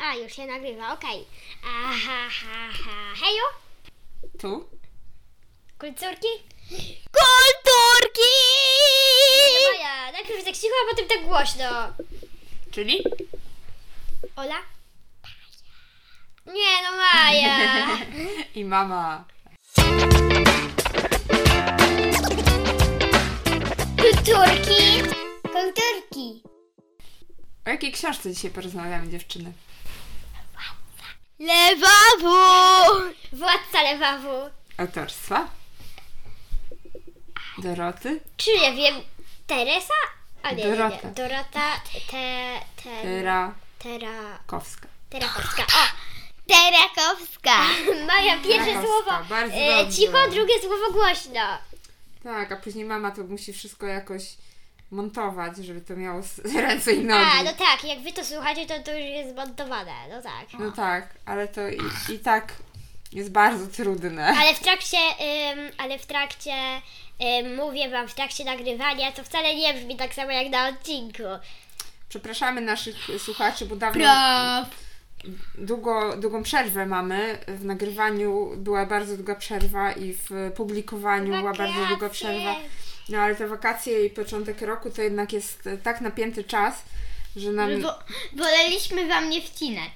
A, już się nagrywa, okej. Aha, ha, ha. Heju, Tu? kulturki? Kulturki! Maja, najpierw tak cicho, a potem tak głośno. Czyli? Ola? Nie no, Maja. I mama. Kulturki? Kulturki. O jakiej książce dzisiaj porozmawiamy, dziewczyny? Lewawu! Władca Lewawu. Autorstwa? Doroty? Czy ja wiem, Teresa? A nie, nie, Dorota. nie. Dorota, te, te, tera, Rakowska. terakowska. O, Terakowska! Maja, pierwsze Terakowska, słowo bardzo e, dobrze. cicho, drugie słowo głośno. Tak, a później mama to musi wszystko jakoś montować, żeby to miało s- ręce i nogi. A, no tak, jak wy to słuchacie, to to już jest zmontowane, no tak. No tak, ale to i, i tak jest bardzo trudne. Ale w trakcie, ym, ale w trakcie, ym, mówię wam, w trakcie nagrywania to wcale nie brzmi tak samo jak na odcinku. Przepraszamy naszych słuchaczy, bo dawno Prof! długo, długą przerwę mamy. W nagrywaniu była bardzo długa przerwa i w publikowaniu była bardzo długa Wakacje. przerwa. No ale te wakacje i początek roku to jednak jest e, tak napięty czas, że nam Bo, woleliśmy wam nie wcinać.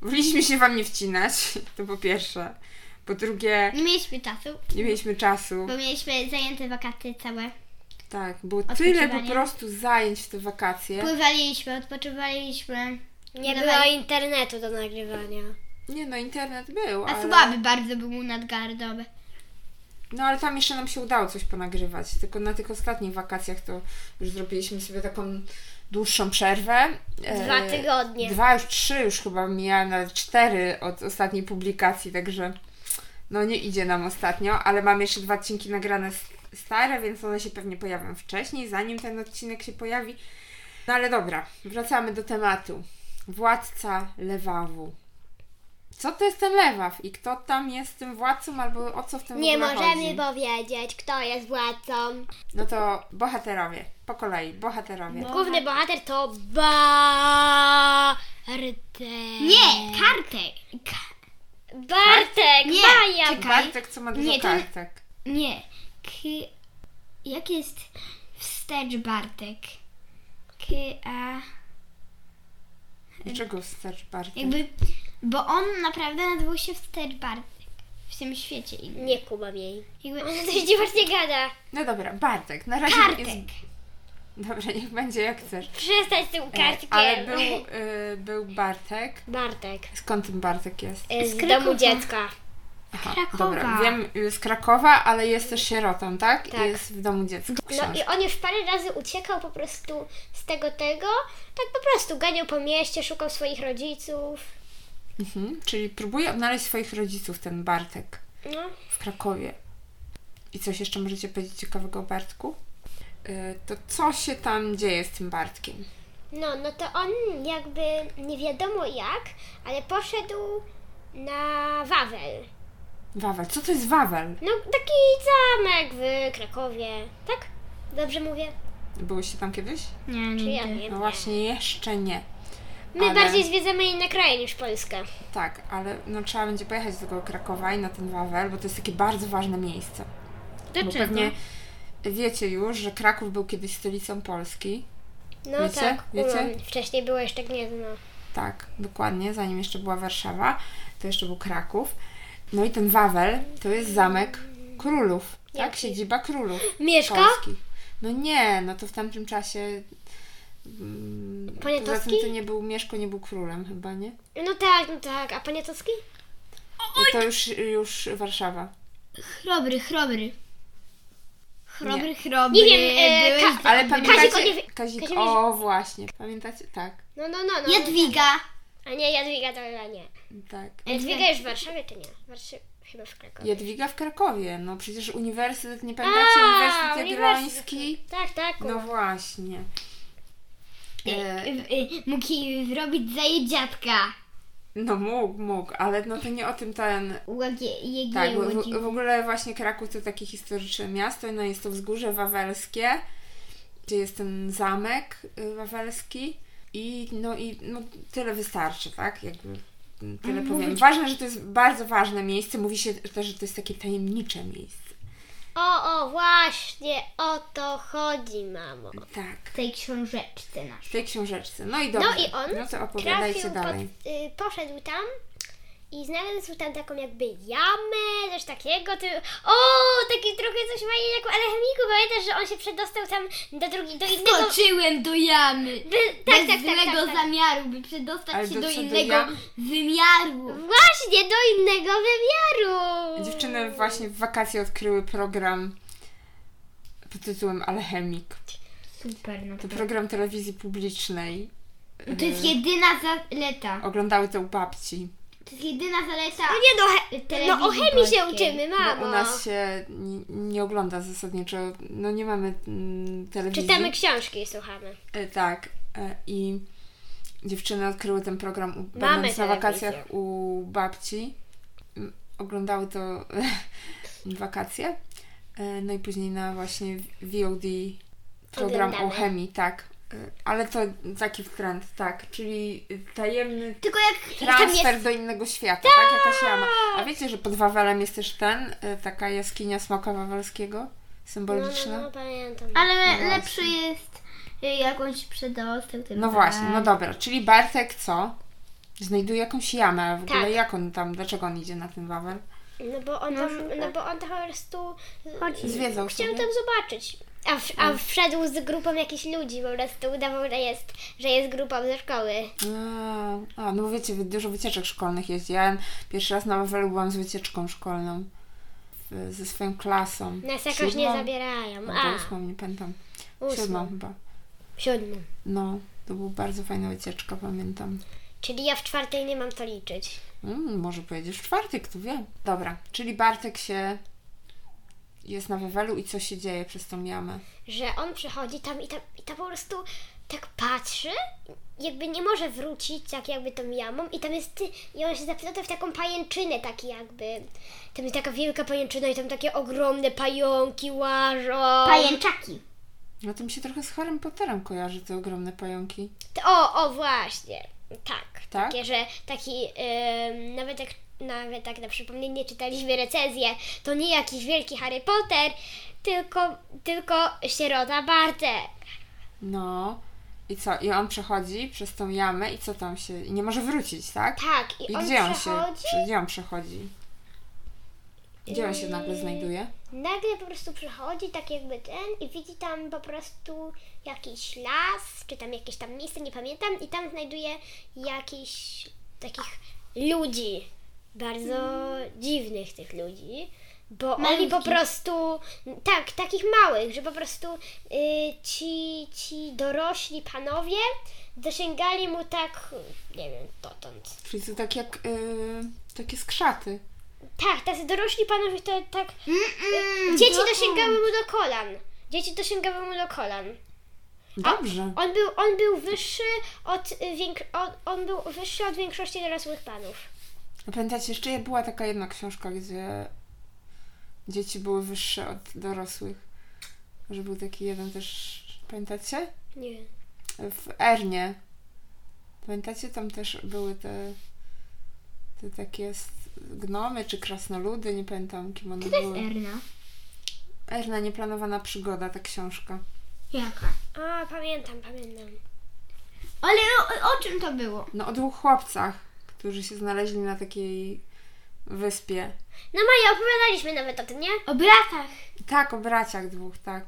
woleliśmy się wam nie wcinać, to po pierwsze. Po drugie, Nie mieliśmy czasu, nie mieliśmy czasu. bo mieliśmy zajęte wakacje całe. Tak, było tyle po Odpoczywanie. prostu zajęć w te wakacje. Pływaliśmy, odpoczywaliśmy. Nie Dawaj. było internetu do nagrywania. Nie no, internet był, A ale... słaby bardzo był nadgardowy. No ale tam jeszcze nam się udało coś ponagrywać. Tylko na tych ostatnich wakacjach to już zrobiliśmy sobie taką dłuższą przerwę. Dwa E, tygodnie. Dwa, już trzy już chyba miałem, nawet cztery od ostatniej publikacji, także no nie idzie nam ostatnio, ale mam jeszcze dwa odcinki nagrane s- stare, więc one się pewnie pojawią wcześniej, zanim ten odcinek się pojawi. No ale dobra, wracamy do tematu. Władca Lewawu. Co to jest ten Lewaw i kto tam jest tym władcą albo o co w tym Nie w ogóle możemy No chodzi? powiedzieć, kto jest władcą. No to bohaterowie, po kolei, bohaterowie. No, Główny bohater to Bartek. Nie, Mm. kartek! Ka- Bartek, Nie. Maja. Czekaj. Kartek, co ma dużo Nie, to nie- kartek. nie, k- jak jest wstecz Bartek? K- a... Dlaczego wstecz Bartek? Jakby, bo on naprawdę nazywał się wstecz Bartek w tym świecie. I Nie kumam jej. Jakby, Coś dziwacznie gada. No dobra, Bartek. Na razie kartek! jest... Dobra, niech będzie jak chcesz. Przestań z tym E, kartkiem. Ale był, y, był Bartek. Bartek. Skąd ten Bartek jest? e, Z Z Krakowa. domu dziecka. No Aha, Krakowa. Dobra, wiem, y, z Krakowa, ale jest też sierotą, tak? Tak. Jest w domu dziecka. No i Książka. on już parę razy uciekał po prostu z tego tego. Tak po prostu ganiał po mieście, szukał swoich rodziców. Mhm, czyli próbuje odnaleźć swoich rodziców ten Bartek No. w Krakowie. I coś jeszcze możecie powiedzieć ciekawego o Bartku? Y, To co się tam dzieje z tym Bartkiem? No, no to on jakby nie wiadomo jak, ale poszedł na Wawel. Wawel. Co to jest Wawel? No, taki zamek w Krakowie, tak? Dobrze mówię? Byłyście tam kiedyś? Nie, Czy ja nie. nie? Mm, No właśnie jeszcze nie. My ale- bardziej zwiedzamy inne kraje niż Polskę. Tak, ale no, trzeba będzie pojechać do tego Krakowa i na ten Wawel, bo to jest takie bardzo ważne miejsce. Bo Znaczy, pewnie wiecie już, że Kraków był kiedyś stolicą Polski. No Wiecie? tak, Wiecie? kumam. Wcześniej było jeszcze Gniezno. Tak, dokładnie, zanim jeszcze była Warszawa, to jeszcze był Kraków. No i ten Wawel to jest zamek królów, tak? Jaki? Siedziba królów Mieszka? polskich. No nie, no to w tamtym czasie... mm, Poza tym Poniatowski? to nie był Mieszko, nie był królem chyba, nie? No tak, no tak. A Poniatowski? To już, już Warszawa. Chrobry, chrobry. Chrobry, Nie. chrobry. Nie wiem, e, byłeś ka- Ale dobry. pamiętacie... Kazik Oliwie- Kazik, Kazimierz- o właśnie, pamiętacie? Tak, No, no, no. no. Jadwiga. A nie, Jadwiga to chyba nie. tak. E, Jadwiga już w Warszawie, czy nie? Warszawie, chyba w Krakowie. Jadwiga w Krakowie. No przecież uniwersytet, nie pamiętacie? A, uniwersytet uniwersytet. Jagielloński? Tak, tak. No No. właśnie. E, Y, y, Mógł jej zrobić za jej dziadka. no mógł, mógł, ale no to nie o tym ten... Łagie- Tak, Jegieło bo w, dziw- w ogóle właśnie Kraków to takie historyczne miasto, no jest to wzgórze wawelskie, gdzie jest ten zamek y, wawelski. I no i no, tyle wystarczy, tak? Jakby mm, tyle Mhm, powiem. mówić- Ważne, że to jest bardzo ważne miejsce. Mówi się też, że to jest takie tajemnicze miejsce. O, o, właśnie o to chodzi, mamo. Tak. W tej książeczce W naszej. tej książeczce. No i dobrze. No i on No to opowiadajcie trafił, pod, dalej. y, poszedł tam i znalazł tam taką jakby jamę, coś takiego. Ty... O, taki trochę coś ma jak w alchemiku. Pamiętasz, że on się przedostał tam do drugi, do innego... Skoczyłem do jamy. By... Tak, Tak, tak, Bez tak, tak, złego tak. zamiaru, by przedostać Ale się do do, co, do innego jamy? No. wymiaru. Właśnie, do innego wymiaru. Dziewczyny właśnie w wakacje odkryły program pod tytułem Alchemik. Super, no To program telewizji publicznej. To jest jedyna zaleta. Oglądały to u babci. To jest jedyna zaleta. No nie, no, he... Telewizji no o chemii się polskiej. uczymy, mamo. Bo u nas się nie, nie ogląda zasadniczo. No nie mamy mm, telewizji. Czytamy książki i słuchamy. E, Tak. e, I dziewczyny odkryły ten program u, będąc Mamy na telewizję. wakacjach u babci. M, Oglądały to w wakacje. E, No i później na właśnie VOD program Oglądamy. o chemii, tak. E, Ale to taki trend, tak. Czyli tajemny Tylko jak transfer do innego świata, tak? Jakaś jama. A wiecie, że pod Wawelem jest też ten, e, taka jaskinia smoka wawelskiego, No, no, no, symboliczna. pamiętam. Ale No lepszy jest y, jak on się przedostał. tak. tym No właśnie, no E. bardziej. dobra, czyli Bartek co? Znajduje jakąś jamę, a w Tak. ogóle jak on tam, dlaczego on idzie na ten Wawel? No bo on, No, tam, tak. no bo on tam po prostu y, Chodzi. Zwiedzał chciał sobie. No. tam zobaczyć. A, w, a wszedł z grupą jakichś ludzi, po prostu udawał, że jest, że jest grupą ze szkoły. A, a, no bo wiecie, wy- dużo wycieczek szkolnych jeździłem. Pierwszy raz na Wawelu byłam z wycieczką szkolną. W- Ze swoją klasą. Nas jakoś nie Siódmą? zabierają. Albo A, ósmą, nie pamiętam. Siódmą ósmą. chyba. Siódmą. No, to była bardzo fajna wycieczka, pamiętam. Czyli ja w czwartej nie mam co liczyć. Mm, może pojedziesz w czwartek, kto wie. Dobra, czyli Bartek się jest na Wawelu i co się dzieje przez tą jamę? Że on przychodzi tam i tam, i tam po prostu tak patrzy, jakby nie może wrócić tak jakby tą jamą i tam jest ty, i on się zaplata w taką pajęczynę taki jakby. Tam jest taka wielka pajęczyna i tam takie ogromne pająki łażą. Pajęczaki. No to mi się trochę z Harrym Potterem kojarzy, te ogromne pająki. T- O, o właśnie. Tak. Tak? Takie, że taki ym, nawet jak nawet tak na przypomnienie czytaliśmy recenzję, to nie jakiś wielki Harry Potter, tylko, tylko sierota Bartek. No. I co? I on przechodzi przez tą jamę i co tam się... I nie może wrócić, tak? Tak, i, I on gdzie on się... przechodzi. Czy, gdzie on przechodzi? Gdzie on się nagle Yy. znajduje? Nagle po prostu przychodzi tak jakby ten i widzi tam po prostu jakiś las, czy tam jakieś tam miejsce, nie pamiętam, i tam znajduje jakichś takich ludzi, bardzo dziwnych tych ludzi, bo oni po Malutkich. prostu, tak, takich małych, że po prostu y, ci, ci dorośli panowie dosięgali mu tak, nie wiem, dotąd. Czyli to tak jak... Yy, takie skrzaty. Tak, tacy dorośli panowie to tak Mm-mm, Dzieci dokąd? dosięgały mu do kolan. Dzieci dosięgały mu do kolan. Dobrze. On był, on był wyższy od, y, więk- od, on był wyższy od większości dorosłych panów. A Pamiętacie, jeszcze była taka jedna książka, gdzie dzieci były wyższe od dorosłych. Że był taki jeden też, pamiętacie? Nie. W Ernie. Pamiętacie, tam też były te, te takie s- gnomy czy krasnoludy, nie pamiętam kim one To jest były. Erna. Erna, nieplanowana przygoda, ta książka. Jaka? A, pamiętam, pamiętam. Ale o, o czym to było? No o dwóch chłopcach, którzy się znaleźli na takiej wyspie. No Maja, opowiadaliśmy nawet o tym, nie? O bratach. Tak, o braciach dwóch, tak.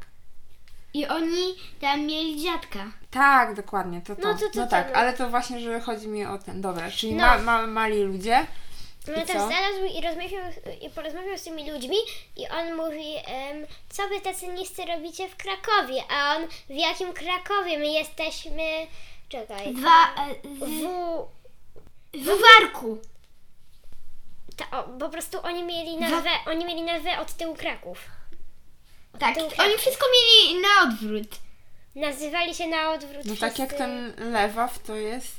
I oni tam mieli dziadka. Tak, dokładnie, to to. No to- to- to, tak, no. ale to właśnie, że chodzi mi o ten. Dobra, czyli No. ma, ma, mali ludzie. No I też co? znalazł i, rozmawiał, i porozmawiał z tymi ludźmi i on mówi, em, co wy tacy niscy robicie w Krakowie? A on, w jakim Krakowie? My jesteśmy... Czekaj. Dwa. e, W... Z, w warku. Ta, o, po prostu oni mieli nazwę, oni mieli nazwę od tyłu Kraków. Tak. tyłu Oni kraków. wszystko mieli na odwrót. Nazywali się na odwrót. No tak wszyscy- jak ten lewaw to jest.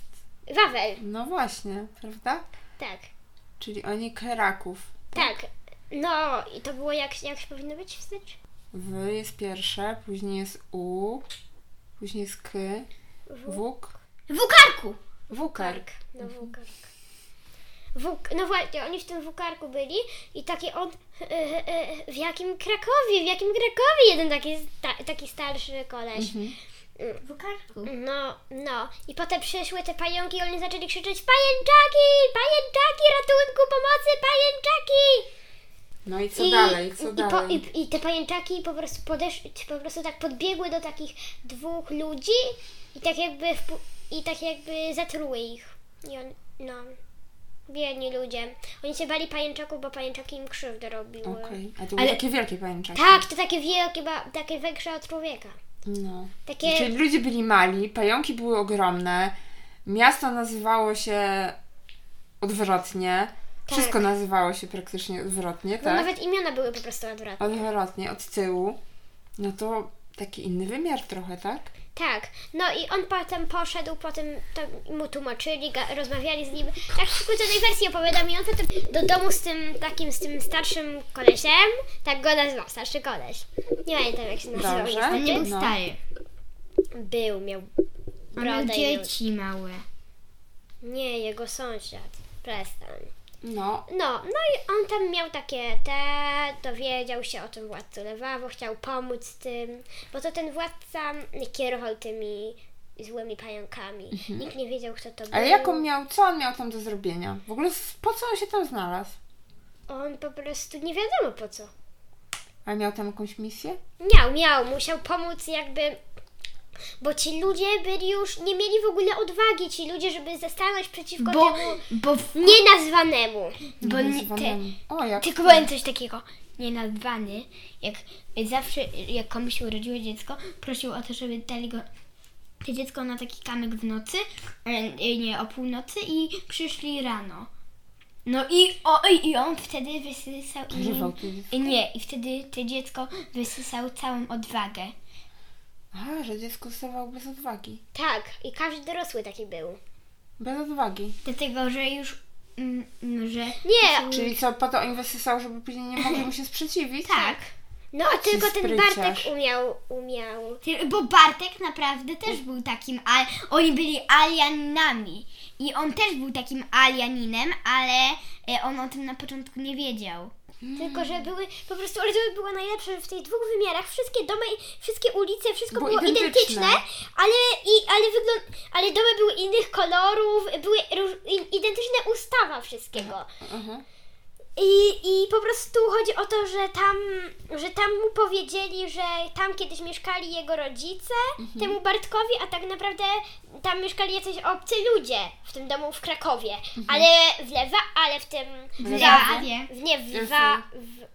Wawel, No właśnie, prawda? tak, Czyli oni Kraków. tak. No i to było jak, jak powinno być wstecz? W jest pierwsze, później jest U, później jest K, W. Wuk, Wukarku! Wukark. No wukark. Wuk, no właśnie, oni w tym wukarku byli i taki on, e, e, e, w jakim Krakowie, w jakim Krakowie jeden taki, sta, taki starszy koleś. Mhm. Wukarku. No, no. I potem przyszły te pająki i oni zaczęli krzyczeć pajęczaki, pajęczaki, ratunku, pomocy, pajęczaki! No i co dalej? Co i, dalej? Po, i, I te pajęczaki po prostu podesz, po prostu tak podbiegły do takich dwóch ludzi i tak jakby wpu- i tak jakby zatruły ich. I on, no. Biedni ludzie. Oni się bali pajęczaków, bo pajęczaki im krzywdę robiły. Okej. A to Ale- były takie wielkie pajęczaki. Tak, to takie wielkie, ba- takie większe od człowieka. No. Takie- Czyli ludzie byli mali, pająki były ogromne, miasto nazywało się odwrotnie, wszystko nazywało się praktycznie odwrotnie, Bo tak? Tak. No nawet imiona były po prostu odwrotne. Odwrotnie, od tyłu. No to taki inny wymiar trochę, tak? Tak, no i on potem poszedł, potem to mu tłumaczyli, ga- rozmawiali z nim. Tak w skróconej wersji opowiadam i on potem do domu z tym takim, z tym starszym kolesiem, tak go nazywał, starszy koleś. Nie pamiętam jak się nazywał. Dobrze. niestety. On nie był No. stary. Był, miał On miał brodę i... dzieci małe. Nie, jego sąsiad. Przestań. No. No, no i on tam miał takie te, dowiedział się o tym władcy Lewawo, chciał pomóc tym, bo to ten władca kierował tymi złymi pająkami. Nikt nie wiedział, kto to był. Mhm. Ale jaką miał, co on miał tam do zrobienia? W ogóle s- po co on się tam znalazł? On po prostu nie wiadomo po co. A miał tam jakąś misję? Miał, miał, musiał pomóc jakby. Bo ci ludzie byli już, nie mieli w ogóle odwagi ci ludzie, żeby zastanąć przeciwko Bo, temu bo, w- nienazwanemu. bo nie, te, Nazywany- O, jak Tylko powiem coś takiego. Nienazwany, jak zawsze, jak komuś się urodziło dziecko, prosił o to, żeby dali go to dziecko na taki kamyk w nocy, e, nie, o północy i przyszli rano. No i, o, i- i on wtedy wysysał... Używał tu. I nie, i wtedy to dziecko wysysał całą odwagę. A, że dziecko stawał bez odwagi. Tak, i każdy dorosły taki był. Bez odwagi. Dlatego, że już, mm, mm, że... Nie, Czyli co, po to on wysysało, żeby później nie mogli mu się sprzeciwić? Tak. no a tylko ten spryciarz. Bartek umiał, umiał. Ty- Bo Bartek naprawdę też był takim, al- oni byli alianinami i on też był takim alianinem, ale e, on o tym na początku nie wiedział. Tylko, że były po prostu, ale to było najlepsze, że w tych dwóch wymiarach wszystkie domy, i- wszystkie ulice, wszystko Było było identyczne, identyczne, ale, i, ale, wygląd, ale domy były innych kolorów, były róż, i- identyczne ustawa wszystkiego. Mhm. I, I po prostu chodzi o to, że tam, że tam mu powiedzieli, że tam kiedyś mieszkali jego rodzice, temu Bartkowi, a tak naprawdę tam mieszkali jacyś obcy ludzie w tym domu w Krakowie. Ale w lewa, ale w tym. W Mhm. w- Lewawie. W, nie, w, Jest- wa, w,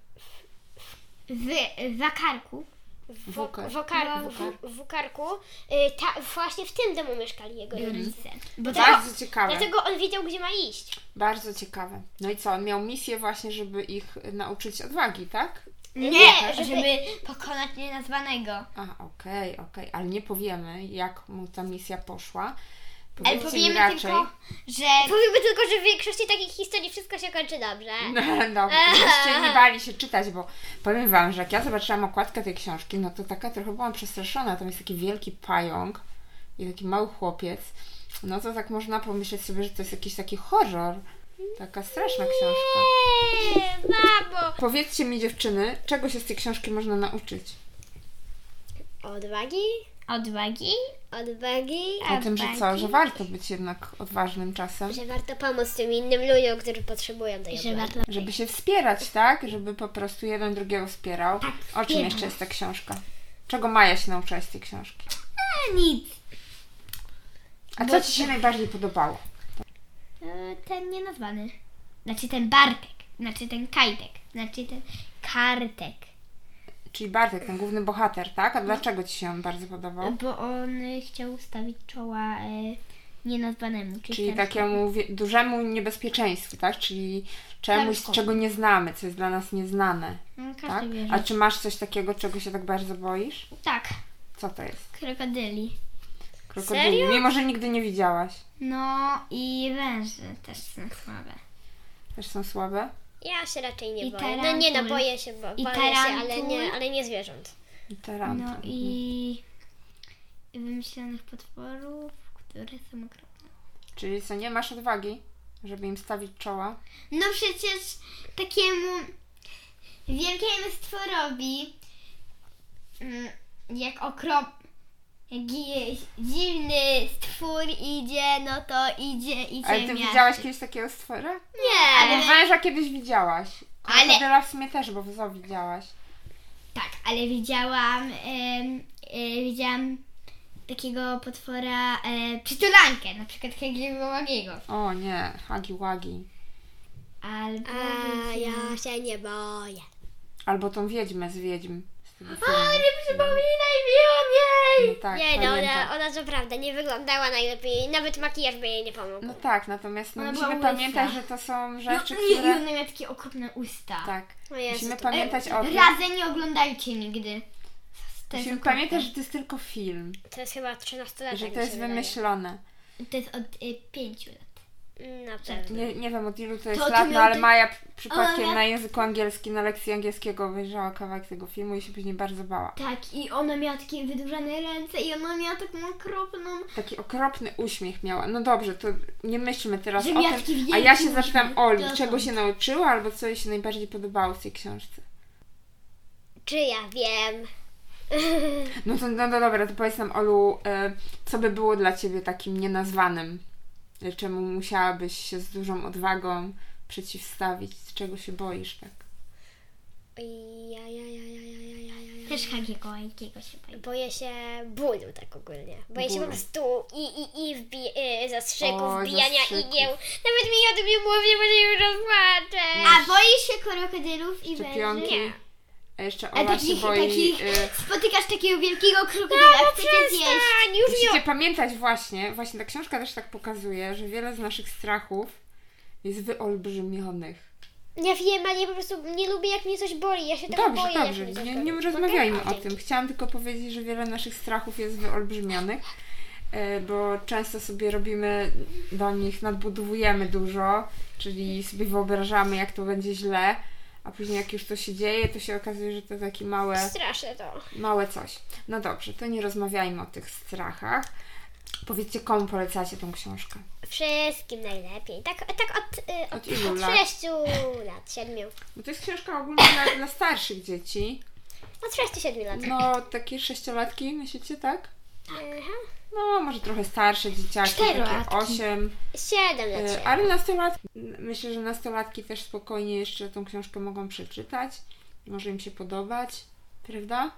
W wakarku w, w, Wokar. wokarku, w, w karku, y, ta, właśnie w tym domu mieszkali jego rodzice. rodzice. Bo tak, Bardzo ciekawe. Dlatego on wiedział, gdzie ma iść. Bardzo ciekawe. No i co, on miał misję właśnie, żeby ich nauczyć odwagi, tak? nie, nie, żeby... żeby pokonać nienazwanego. A, okej, okej, ale nie powiemy, jak mu ta misja poszła. Ale Powiedzcie mi powiemy raczej. tylko, że Powiemy tylko, że w większości takich historii wszystko się kończy dobrze. No, Dobra, żebyście nie bali się czytać, bo powiem Wam, że jak ja zobaczyłam okładkę tej książki, no to taka trochę byłam przestraszona. Tam jest taki wielki pająk i taki mały chłopiec. No to tak można pomyśleć sobie, że to jest jakiś taki horror. Taka straszna książka. Eee, mamo! Powiedzcie mi dziewczyny, czego się z tej książki można nauczyć? No. Odwagi, odwagi, odwagi, O tym, że co, Odwagi. że warto być jednak odważnym czasem, że warto pomóc tym innym ludziom, którzy potrzebują tej że odwagi. warto... żeby się wspierać, tak? Żeby po prostu jeden drugiego wspierał. O czym wspierać. jeszcze jest ta książka? Czego Maja się nauczyła z tej książki? A, nic. A co Ci się najbardziej podobało? E, Ten nienazwany. Znaczy ten Bartek, znaczy ten Kajtek, znaczy ten Kartek. Czyli Bartek, ten główny bohater, tak? A dlaczego Ci się on bardzo podobał? Bo on y, chciał ustawić czoła y, nienazwanemu, czyli, Czyli starszy- takiemu wie- dużemu niebezpieczeństwu, tak? Czyli czemuś, Staruszkowi. czego nie znamy, co jest dla nas nieznane, No, każdy tak? wie, że... A czy masz coś takiego, czego się tak bardzo boisz? Tak, Co to jest? krokodyli. Krokodyli, Serio? mimo że nigdy nie widziałaś. No i węże też są słabe. Też są słabe? Ja się raczej nie I boję. No nie, no tarantul. boję się, bo I boję się, ale tarantul. nie, ale nie zwierząt. I Tarantul. No i i wymyślonych potworów, które które są okropne. Czyli co, nie masz odwagi, żeby im stawić czoła? No przecież takiemu wielkiemu stworowi, mm, jak okrop, jak je- dziwny stwór idzie, no to idzie, idzie Ale ty miasto. widziałaś kiedyś takiego stwora? Nie. Ale węża kiedyś widziałaś. Ale- Krokodyla w sumie też, bo zoo widziałaś. Tak, ale widziałam, em, e, widziałam takiego potwora e, przytulankę, na przykład takiego łagiego. O nie, hagi wagi. Albo A ja się nie boję. Albo tą wiedźmę z wiedźm. Z tego filmu. O, nie przypominaj mi o niej! No tak, nie, no pamiętam. ona, ona co prawda nie wyglądała najlepiej, nawet makijaż by jej nie pomógł. No tak, natomiast no, Ona musimy była łysa. pamiętać, że to są No, rzeczy, i które... ona miała takie okropne usta. Tak. O Jezu, Musimy to- pamiętać o tym. Razem nie oglądajcie nigdy. To Tak, Musimy okropne. pamiętać, że to jest tylko film, To jest chyba 13 lat. że to jest wymyślone. To jest od y, pięciu lat. Na pewno. Nie, nie wiem od ilu to jest to lat, no miał ale ty- Maja p- przypadkiem Ona- na języku angielskim, na lekcji angielskiego obejrzała kawałek tego filmu i się później bardzo bała. Tak, i ona miała takie wydłużone ręce i ona miała taką okropną... Taki okropny uśmiech miała. No dobrze, to nie myślmy teraz Że o miała tym. taki A wielki ja się uśmiech. zapytam Oli, To czego są- się nauczyła albo co jej się najbardziej podobało w tej książce. Czy ja wiem? No to no, no dobra, to powiedz nam Olu, e, co by było dla Ciebie takim nienazwanym? E, Czemu musiałabyś się z dużą odwagą przeciwstawić? Z czego się boisz tak? Oj, Ja, ja, ja, ja, ja, ja, ja, ja, ja. Też Hagiego Łagiego się boi. Boję się bólu tak ogólnie. Boję się po Bólu. prostu i, i, i wbi- y, zastrzyków, Oj, wbijania zastrzyków. igieł. Nawet mi o tym nie mówię, bo się już rozpłaczę. A boi się krokodylów i węży? Szczepionki? Nie. A jeszcze A Ola E, takich, się boi... takich e, spotykasz takiego wielkiego Tak, krokodyla, no, chcecie zjeść. Przestań, już nie Musicie pamiętać właśnie, właśnie ta książka też tak pokazuje, że wiele z naszych strachów jest wyolbrzymionych. Ja wiem, ale ja po prostu nie lubię, jak mnie coś boli. Ja się tego Dobrze, boję. dobrze, jak mnie coś nie, boli. nie rozmawiajmy Okej? o tym. Chciałam tylko powiedzieć, że wiele naszych strachów jest wyolbrzymionych, e, bo często sobie robimy do nich, nadbudowujemy dużo, czyli sobie wyobrażamy, jak to będzie źle, a później jak już to się dzieje, to się okazuje, że to takie małe Straszne to. Małe coś. No dobrze, to nie rozmawiajmy o tych strachach. Powiedzcie, komu polecacie tą książkę? Wszystkim najlepiej. Tak, tak od, y, Od ilu od, lat? 6 lat, 7. Bo to jest książka ogólnie dla, dla starszych dzieci. Od 6-7 lat. No, takie sześciolatki, myślicie, tak? Aha. No, może trochę starsze dzieciaki, takie Czterolatki. osiem. 7 lat. E, się- Ale nastolatki, myślę, że nastolatki też spokojnie jeszcze tą książkę mogą przeczytać. Może im się podobać, prawda?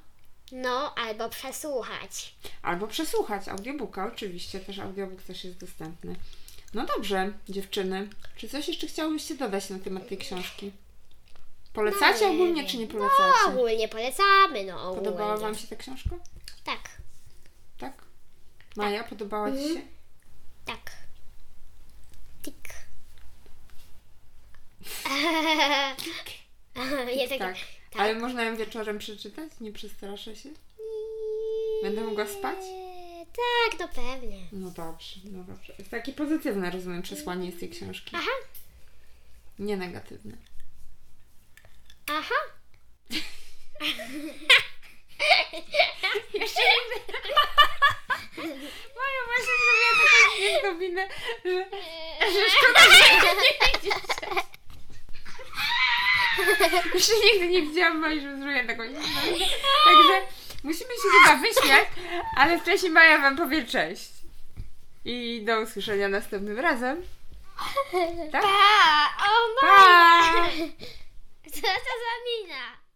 No, albo przesłuchać. Albo przesłuchać audiobooka, oczywiście, też audiobook też jest dostępny. No dobrze, dziewczyny, czy coś jeszcze chciałybyście dodać na temat tej książki? Polecacie No, nie ogólnie, wiem. czy nie No, polecacie? ogólnie polecamy, no ogólnie. Podobała Wam się ta książka? Tak, Tak? Maja, podobała Ci się? tak. Tik. ja tak, Tak. Ale można ją wieczorem przeczytać? Nie przestraszę się? Będę mogła spać? Eee, Tak, no pewnie. No dobrze, no dobrze. Jest takie pozytywne, rozumiem, przesłanie z tej książki. Aha. Nie negatywne. Aha. Maja właśnie zrobiła taką śmieszną minę, że Jeszcze nigdy nie widziałam Mai, że zrobię taką historię. Także musimy się chyba wyśmiać, ale wcześniej Maja Wam powie cześć. I do usłyszenia następnym razem. Tak? Pa! O, Pa! Co to za mina?